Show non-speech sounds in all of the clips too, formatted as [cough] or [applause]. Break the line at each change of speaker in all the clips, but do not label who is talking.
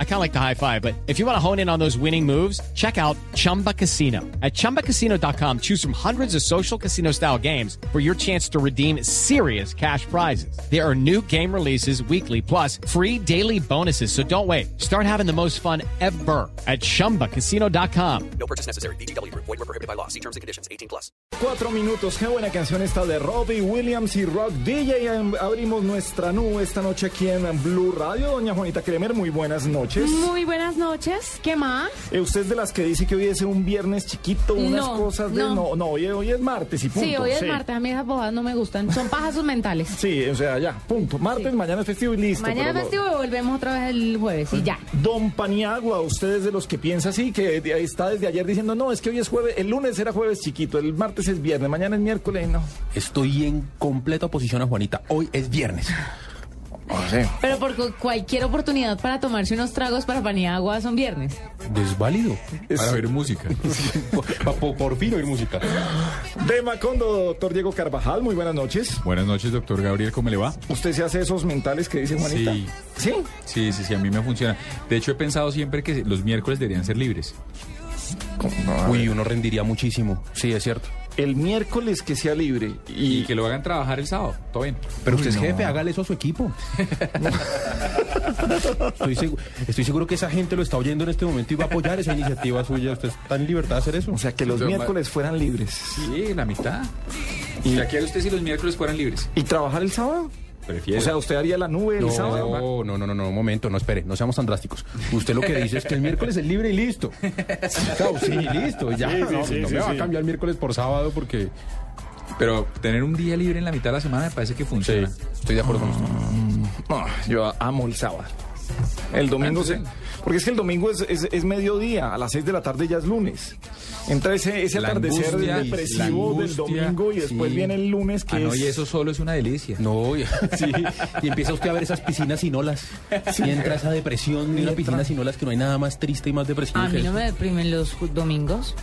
I kind of like the high five, but if you want to hone in on those winning moves, check out Chumba Casino. At chumbacasino.com, choose from hundreds of social casino style games for your chance to redeem serious cash prizes. There are new game releases weekly, plus free daily bonuses. So don't wait. Start having the most fun ever at chumbacasino.com.
No purchase necessary. BGW. Void were prohibited by law. See terms and conditions. 18 plus.
Cuatro minutos, qué buena canción esta de Robbie Williams y Rock DJ. Am- Abrimos nuestra nube esta noche aquí en Blue Radio. Doña Juanita Kremer, muy buenas noches.
Muy buenas noches, ¿qué más?
Eh, usted es de las que dice que hoy es un viernes chiquito, unas
No,
cosas de...
no.
No, no, hoy, hoy es martes y punto.
sí, hoy es martes, a mí esas bodas no me gustan, son pajasos mentales.
Sí, o sea, ya, punto. Martes, mañana es festivo y listo.
Mañana
pero lo-
festivo y volvemos otra vez el jueves y ya.
Don Paniagua, usted es de los que piensa así, que de- está desde ayer diciendo, no, es que hoy es jueves, el lunes era jueves chiquito, el martes es viernes, mañana es miércoles, no.
Estoy en completa oposición a Juanita. Hoy es viernes.
No sé.
Pero por cu- cualquier oportunidad para tomarse unos tragos para Paniagua son viernes.
Es válido.
Es-
Para ver música. por, por- por fin oír música.
De Macondo, doctor Diego Carvajal, muy buenas noches.
Buenas noches, doctor Gabriel, ¿cómo le va?
¿Usted se hace esos mentales que dice Juanita?
Sí.
¿Sí?
Sí, sí, sí, a mí me funciona. De hecho, he pensado siempre que los miércoles deberían ser libres.
Uy, uno rendiría muchísimo. Sí, es cierto.
El miércoles que sea libre.
Y
Y,
que lo hagan trabajar el sábado, todo bien.
Pero usted es Pues, jefe, hágale eso a su equipo. estoy, segu- estoy seguro que esa gente lo está oyendo en este momento y va a apoyar esa iniciativa suya. Usted está en libertad de hacer eso.
o sea, que los
Entonces,
miércoles fueran libres.
Sí, la mitad.
¿Y,
¿Y a qué haría usted si los miércoles fueran libres?
y trabajar el sábado?
Prefiero.
O sea, ¿usted haría la nube el sábado?
No, no, no, no, no, un momento, no espere, no seamos tan drásticos. Usted lo que dice es que el miércoles es libre y listo. Claro, sí, listo, ya. no no me va a cambiar miércoles por sábado porque.
Pero tener un día libre en la mitad de la semana me parece que
Sí,
funciona.
eh, estoy de acuerdo con usted.
No, yo amo el sábado. El domingo se... Porque es que el domingo es, es- es mediodía, a las 6 de la tarde ya es lunes. Entra ese, ese
La
atardecer
angustia,
depresivo
la
del
angustia,
domingo y después
sí.
viene el lunes que
Ah, no,
es...
y eso solo es una delicia.
No, y, [laughs] sí, y empieza usted a ver esas piscinas sin olas. Y entra esa depresión de una piscina sin olas que no hay nada más triste y más depresivo
A
que
mí no
eso.
me deprimen los ju- domingos.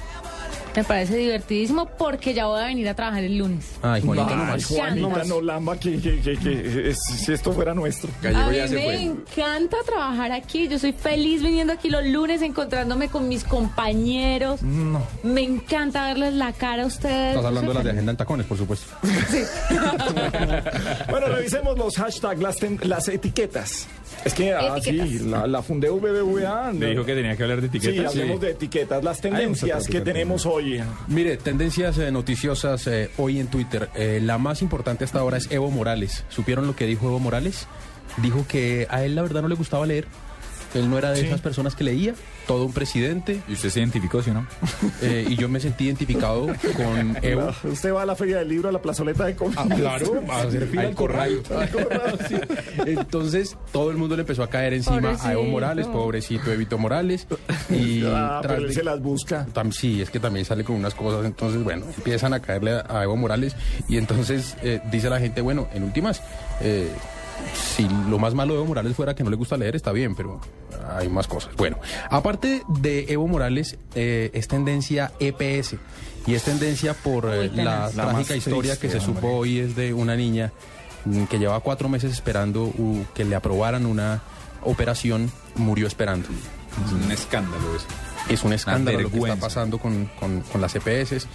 Me parece divertidísimo porque ya voy a venir a trabajar el lunes.
Ay, Juanita,
Ay,
no más.
Juanita Nolamba, que, que- que- que- es- si esto fuera nuestro.
A
Gallego
mí
ya se
me
fue.
encanta trabajar aquí. Yo soy feliz viniendo aquí los lunes, encontrándome con mis compañeros. Me encanta verles la cara a ustedes.
Estás hablando de las de agenda en tacones, por supuesto.
Bueno, revisemos los hashtags, las, ten- las etiquetas. Es que así,
Etiquetas.
la, la fundé BBVA.
Le dijo que tenía que hablar de
Sí,
etiquetas.
hablemos de etiquetas, las tendencias que tenemos hoy.
Mire, tendencias eh, noticiosas eh, hoy en Twitter. Eh, la más importante hasta ahora es Evo Morales. ¿Supieron lo que dijo Evo Morales? Dijo que a él la verdad no le gustaba leer. Él no era de esas personas que leía, todo un [laughs] presidente,
Y usted se identificó, ¿sí o no?
eh, y yo me sentí identificado con Evo.
Usted va a la Feria del Libro, a la plazoleta de
[laughs]
Comercio. [laughs]
Ah, a hacer fila
Al
al corral.
corral.
Al corral, sí. Entonces, todo el mundo le empezó a caer encima a Evo
Pobrecito.
Morales, pobrecito Evito Morales. Y
Ah,
tras
pero él
de-
se las busca.
Tam- sí, es que también sale con unas cosas, entonces, bueno, empiezan a caerle a, a Evo Morales y entonces eh, dice la gente, bueno, en últimas, eh, si lo más malo de Evo Morales fuera que no le gusta leer, está bien, pero hay más cosas. Bueno, aparte de Evo Morales, eh, es tendencia EPS y es tendencia por eh,
Uy,
la,
tenaz.
La más
trágica historia
triste,
que se
hombre.
supo hoy es de una niña mm, que llevaba cuatro meses esperando uh, que le aprobaran una operación, murió esperando.
Es un escándalo eso.
Es un escándalo lo que está
vergüenza.
pasando con, con- con las EPS.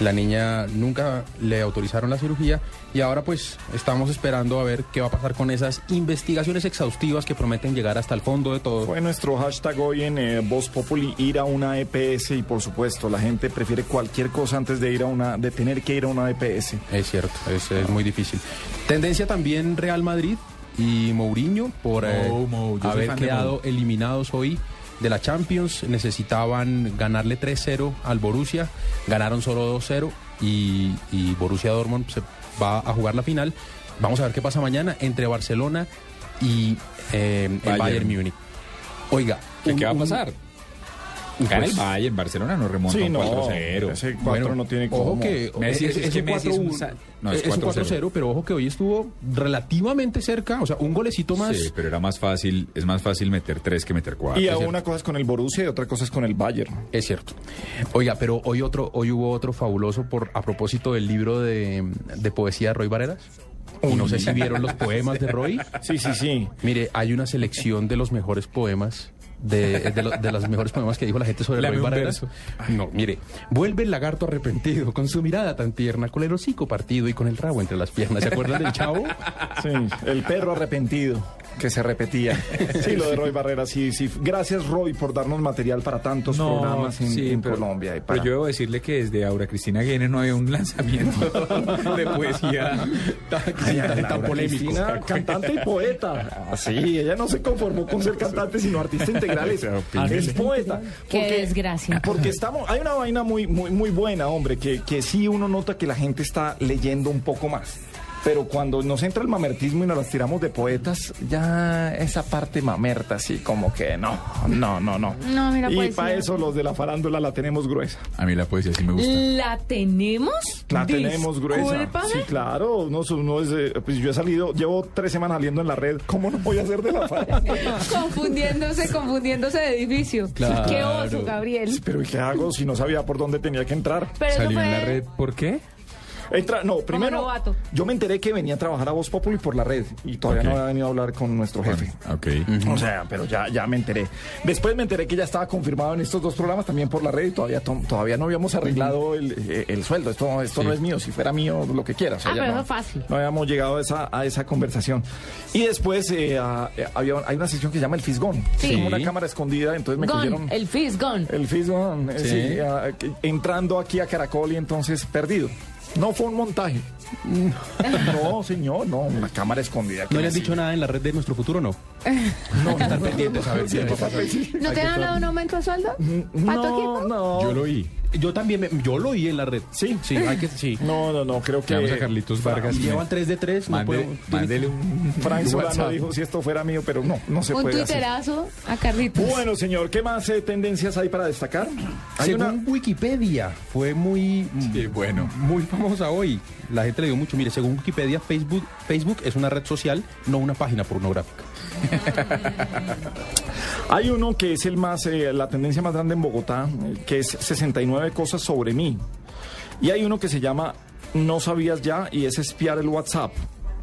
La niña nunca le autorizaron la cirugía y ahora pues estamos esperando a ver qué va a pasar con esas investigaciones exhaustivas que prometen llegar hasta el fondo de todo.
Fue nuestro hashtag hoy en eh, Voz Populi, ir a una EPS y por supuesto la gente prefiere cualquier cosa antes de ir a una, de tener que ir a una E EPS.
Es cierto, es, es muy difícil. Tendencia también Real Madrid y Mourinho por
No,
eh,
Mou, yo soy
haber
fan de
quedado
Mou.
eliminados hoy de la Champions. Necesitaban ganarle 3-0 al Borussia, ganaron solo 2-0 y, y Borussia Dortmund se va a jugar la final. Vamos a ver qué pasa mañana entre Barcelona y eh, el
Bayern.
Bayern Múnich. Oiga,
¿Qué,
un-
qué va a
un-
pasar? Gana
Pues-
el Bayern, Barcelona no remonta
Sí,
un
no.
4-0.
Ese 4 no tiene
Ojo
cómo.
que
Messi
es,
es-
es
es que
un
Messi es un
4-1,
sa- no, es
es un
4-0,
4-0, pero ojo que hoy estuvo relativamente cerca, o sea, un golecito más.
Sí, pero era más fácil, es más fácil meter tres que meter cuatro.
Y a una cosa es con el Borussia y otra cosa es con el Bayern.
Es cierto. Oiga, pero hoy otro, hoy hubo otro fabuloso por a propósito del libro de, de poesía de Roy Barreras. Y no sé si vieron
[laughs]
los poemas de Roy.
Sí, sí, sí.
Mire, hay una selección de los mejores poemas. De, de, lo- de los mejores poemas que dijo la gente sobre Roy
Lame un
Barreras. No, mire. Vuelve el lagarto arrepentido, con su mirada tan tierna, con el hocico partido y con el rabo entre las piernas. ¿Se acuerdan del chavo?
Sí, el perro arrepentido que se repetía. Sí, lo de Roy Barrera, sí, sí. Gracias, Roy, por darnos material para tantos programas en, en
pero-
Colombia. Y para...
Pero yo debo decirle que desde Aura Cristina Guinness no había un lanzamiento [laughs] de poesía tan,
Ay, Ana
tan
Laura
polémico.
Cristina, cantante y poeta. Así, Ah, ella no se conformó con ser cantante, sino artista [laughs] integral. Es, es poeta.
Qué desgracia.
Porque estamos, hay una vaina muy, muy, muy buena, hombre, que, que sí uno nota que la gente está leyendo un poco más. Pero cuando nos entra el mamertismo y nos las tiramos de poetas, ya esa parte mamerta, así como que no, no, no, no.
No, mira,
y
poesía.
para eso los de la farándula la tenemos gruesa.
A mí la poesía sí me gusta.
¿La tenemos?
La tenemos gruesa.
Discúlpame.
Sí, claro. Uno, uno es, eh, pues yo he salido, llevo tres semanas saliendo en la red. ¿Cómo no voy a hacer de la [laughs] farándula?
Confundiéndose, confundiéndose de edificio.
Claro.
Qué oso, Gabriel.
Pero ¿y qué hago si no sabía por dónde tenía que entrar?
Pero eso
Salió
fue
en la red, ¿por qué?
Entra, no, primero,
novato.
yo me enteré que venía a trabajar a Voz Populi por la red y todavía
Ok.
no había venido a hablar con nuestro jefe.
Ok.
O sea, pero ya, ya me enteré. Después me enteré que ya estaba confirmado en estos dos programas también por la red y todavía, to- todavía no habíamos arreglado el, eh, el sueldo. Esto, esto no es mío, si fuera mío, lo que quieras.
Ah, pero
no,
eso fácil.
No habíamos llegado a esa, a esa conversación. Y después eh, a- eh, había- hay una sección que se llama el Fisgón.
Sí.
Como una cámara escondida, entonces me
Gone,
cogieron.
el Fizz Gone.
El Fisgón, eh,
Sí.
sí, ah, que- entrando aquí a Caracol y entonces perdido. No fue un
[laughs]
montaje. No, señor, no, una cámara escondida. que
¿No le
me
han dicho nada en la red de nuestro futuro, no?
No, estar pendientes a ver si
¿No te han dado un aumento de sueldo? ¿Pato
Mm, No,
Quito?
no.
lo oí. Yo también, me- yo lo oí en la red. Sí, sí, hay que, sí.
No, no, no, creo que.
Llamamos a Carlitos Vargas.
Llevan 3 de 3, no
Mándele-
puedo...
mándele un...
Frank
[laughs]
Solano
WhatsApp.
dijo si esto fuera mío, pero no, no se
Un
puede hacer.
tuiterazo a Carlitos.
Bueno, señor, ¿qué más eh, tendencias hay para destacar? Hay
Según
una.
Wikipedia, fue muy,
Sí, bueno.
muy famosa hoy. La gente le dio mucho. Mire, según Wikipedia, Facebook, Facebook es una red social, no una página pornográfica.
Hay uno que es el más, eh, la tendencia más grande en Bogotá, eh, que es 69 cosas sobre mí. Y hay uno que se llama No sabías ya y es espiar el WhatsApp.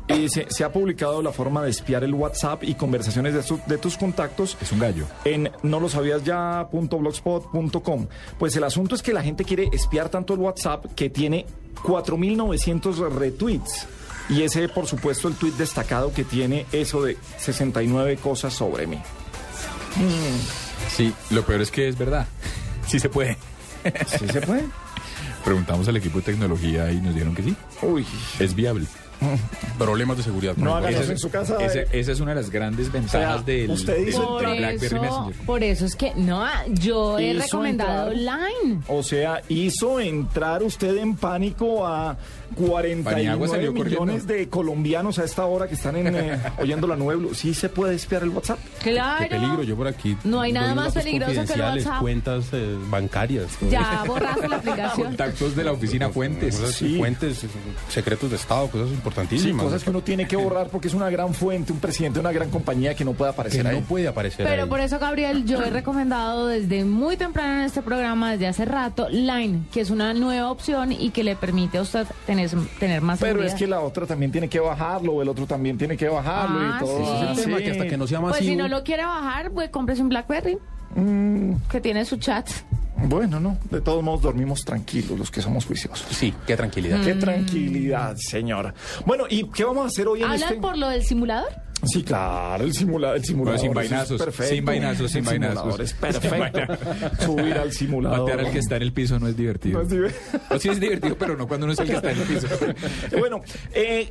Y dice, se ha publicado la forma de espiar el WhatsApp y conversaciones de, su- de tus contactos
Es un gallo.
en no lo sabías ya.blogspot.com. Pues el asunto es que la gente quiere espiar tanto el WhatsApp que tiene 4.900 retweets. Y ese, por supuesto, el tweet destacado que tiene eso de 69 cosas sobre mí.
Sí, lo peor es que es verdad. [laughs] Sí se puede.
¿Sí se puede?
Preguntamos al equipo de tecnología y nos dijeron que sí.
Uy.
Es [laughs] viable.
Problemas de seguridad.
No hagan
Esa
eso en
es-
su casa.
Esa,
eh.
esa es una de las grandes ventajas del,
usted
del-
dice
del
Por
entrar-
BlackBerry
eso,
Messenger.
por eso es que no, ah, yo he
Hizo
recomendado
entrar.
online.
O sea, hizo entrar usted en pánico a
Paniagua
49
salió corriendo.
millones de colombianos a esta hora que están en, eh, oyendo la nueva. Blu- ¿Sí se puede espiar el WhatsApp?
Claro.
Qué peligro, yo por aquí.
No hay nada
doy
más
datos
peligroso que el
confidenciales,
WhatsApp.
cuentas eh, bancarias. todo eso.
Ya borraste la
[laughs]
aplicación.
Contactos de la oficina Fuentes.
Cosas-
Sí.
Fuentes, eh, secretos de Estado, cosas
Sí,
importantísimas.
cosas que uno tiene que borrar porque es una gran fuente, un presidente de una gran compañía que no puede
Que
aparecer
no
ahí.
puede aparecer
Pero
ahí.
por eso, Gabriel, yo he recomendado desde muy temprano en este programa, desde hace rato, Line, que es una nueva opción y que le permite a usted tener, tener más
Pero es
seguridad.
que la otra también tiene que bajarlo, el otro también tiene que bajarlo
Ah,
y todo.
sí.
Ese es el tema, que hasta que no sea
Pues si
masivo-
no lo quiere bajar, pues cómprese un BlackBerry.
Mm.
Que tiene su chat.
Bueno, no, de todos modos dormimos tranquilos los que somos juiciosos.
Sí, qué tranquilidad.
Mm.
Qué tranquilidad, señor. Bueno, ¿y qué vamos a hacer hoy en
¿Hablan
este?
por lo del simulador?
Sí, claro, el simulador, el simulador.
sin
eso es
vainazos,
perfecto.
sin vainazos, sin
El simulador
vainazos.
Es
[laughs]
perfecto. Subir al simulador.
Patear al que está en el piso no es divertido.
No
[laughs]
es divertido.
O sí es divertido, pero no cuando uno es el que está en el piso.
Bueno, eh,